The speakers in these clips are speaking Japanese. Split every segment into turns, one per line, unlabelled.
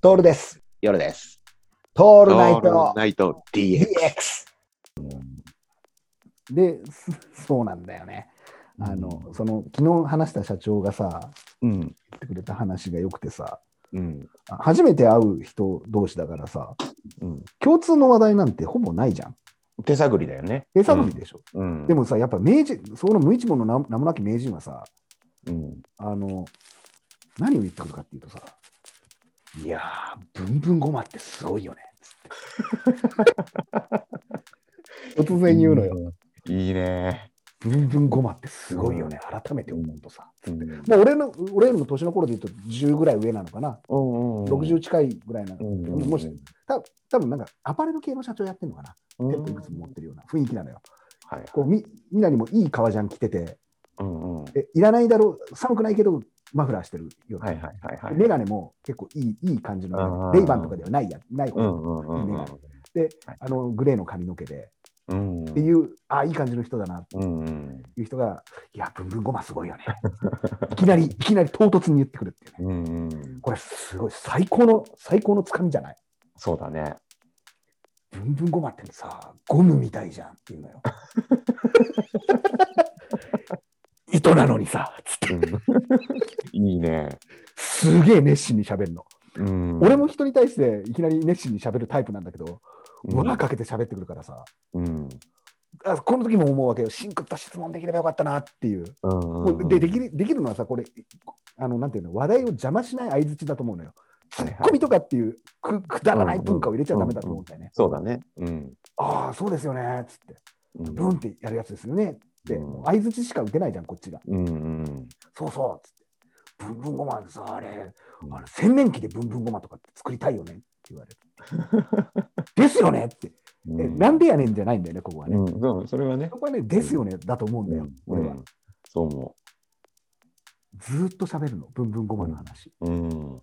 トールです。
夜です。
ト
オ
ールナイト
ナイト DX。
DX。で、 そそうなんだよね。あの、その、昨日話した社長がさ、言
うん。
ってくれた話が良くてさ、
うん。
あ初めて会う人同士だからさ、
うん。
共通の話題なんてほぼないじゃん。
手探りだよね。
手探りでしょ。
うん。
でもさ、やっぱ名人、その無一文の名名もなき名人はさ、
うん、
あの、何を言ってくるかっていうとさ、いやー、ブンブンゴマってすごいよね。つって 突然言うのよ。
いいね。
ブンブンゴマってすごいよね。改めて思うとさ。
うん。
もう俺の、俺の年の頃で言うと10ぐらい上なのかな。
うん。
60近いぐらいな。
うん。
もし、た多分なんかアパレル系の社長やってるのかな。
うん
テップいくつも持ってるような雰囲気なのよ。
はい。
こうみみんなにもいい革ジャン着てて、
うんうん。はい
えいらないだろう、寒くないけどマフラーしてるような。
はいはいはい。
メガネも結構いいいい感じ
あ
の、
ー
レイバンとかではないや、ない方、
うんうんうんうん。
で
はい
あのグレーの髪の毛で、
うん。
っていう、ああ、いい感じの人だなって
うんうん。
いう人が、いや、ブンブンゴマすご いよね。いきなり、いきなり唐突に言ってくるっていうね。
うんうん。
これ、すごい、最高の、最高のつかみじゃない。
そうだね。
ブンブンゴマってさ、ゴムみたいじゃんっていう のよ。糸なのにさ、つって、
うんいいね。
すげえ熱心に喋るの。
うん。
俺も人に対していきなり熱心に喋るタイプなんだけど、
うん
輪かけて喋ってくるからさ。
うん。
あこの時も思うわけよ、シンクった質問できればよかったなっていう。
うん
こうでできるできるのはさ、これ、あのなんていうの、話題を邪魔しない相づちだと思うのよ。ツ
はいはい
ッコミとかっていうくくだらない文化を入れちゃだめだと思うんだよね。
そうだね。うん。
ああ、そうですよねっつって、
うん
ブンってやるやつですよねって、
うん
もう相づちしか打てないじゃん、こっちが。
うんうん。
そうそうっつって、ブンブンゴマでさ、あれ、あれ洗面器でブンブンゴマとかって作りたいよねって言われて。ですよねって、え
う
なんでやねんじゃないんだよね、ここはね。
うん、そうそれはね
そ。こはね、ですよねだと思うんだよ、俺は
う。んそう思
ずーっと喋るの、ブンブンゴマの話。
う。うん。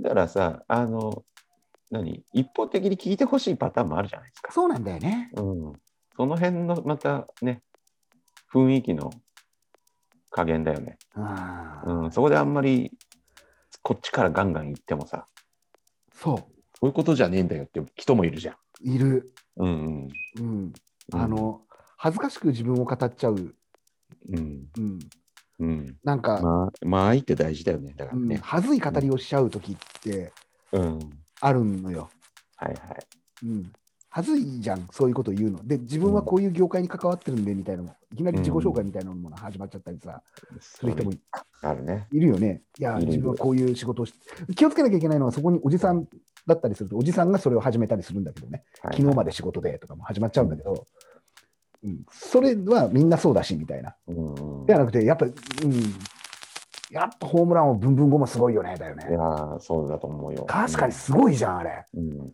だからさ、あの、何一方的に聞いてほしいパターンもあるじゃないですか。
そうなんだよね。
うん。その辺のまたね、雰囲気の加減だよね。
あー
うん。そこであんまり、こっちからガンガン言ってもさ、
そ
こういうことじゃねえんだよって人もいるじゃん。
う、いる。
うん
う
うん。
ん。あ、の、恥ずかしく自分を語っちゃう。
うん。
うん。
うん。
なんか、
まあ、まあ、いって大事だよね。だか
う
ら
ん、
ね。
恥ずい語りをしちゃう時って
うん。
あるのよ。
はいはい。
うん。恥ずいじゃん、そういうこと言うの。で、自分はこういう業界に関わってるんで、みたいなのも、いきなり自己紹介みたいなのも始まっちゃったりさ、する人もい
あるね。
いるよね。いや、
いる
自分はこういう仕事をし気をつけなきゃいけないのは、そこにおじさんだったりすると、おじさんがそれを始めたりするんだけどね。
はい
昨日まで仕事でとかも始まっちゃうんだけど、うん、それはみんなそうだしみたいな。
うんうん
ではなくて、やっぱ、うん、やっぱホームランをブンブンゴもすごいよね、だよね
い。やーそうだと思うよ。
確かにすごいじゃん、あれ。
うん。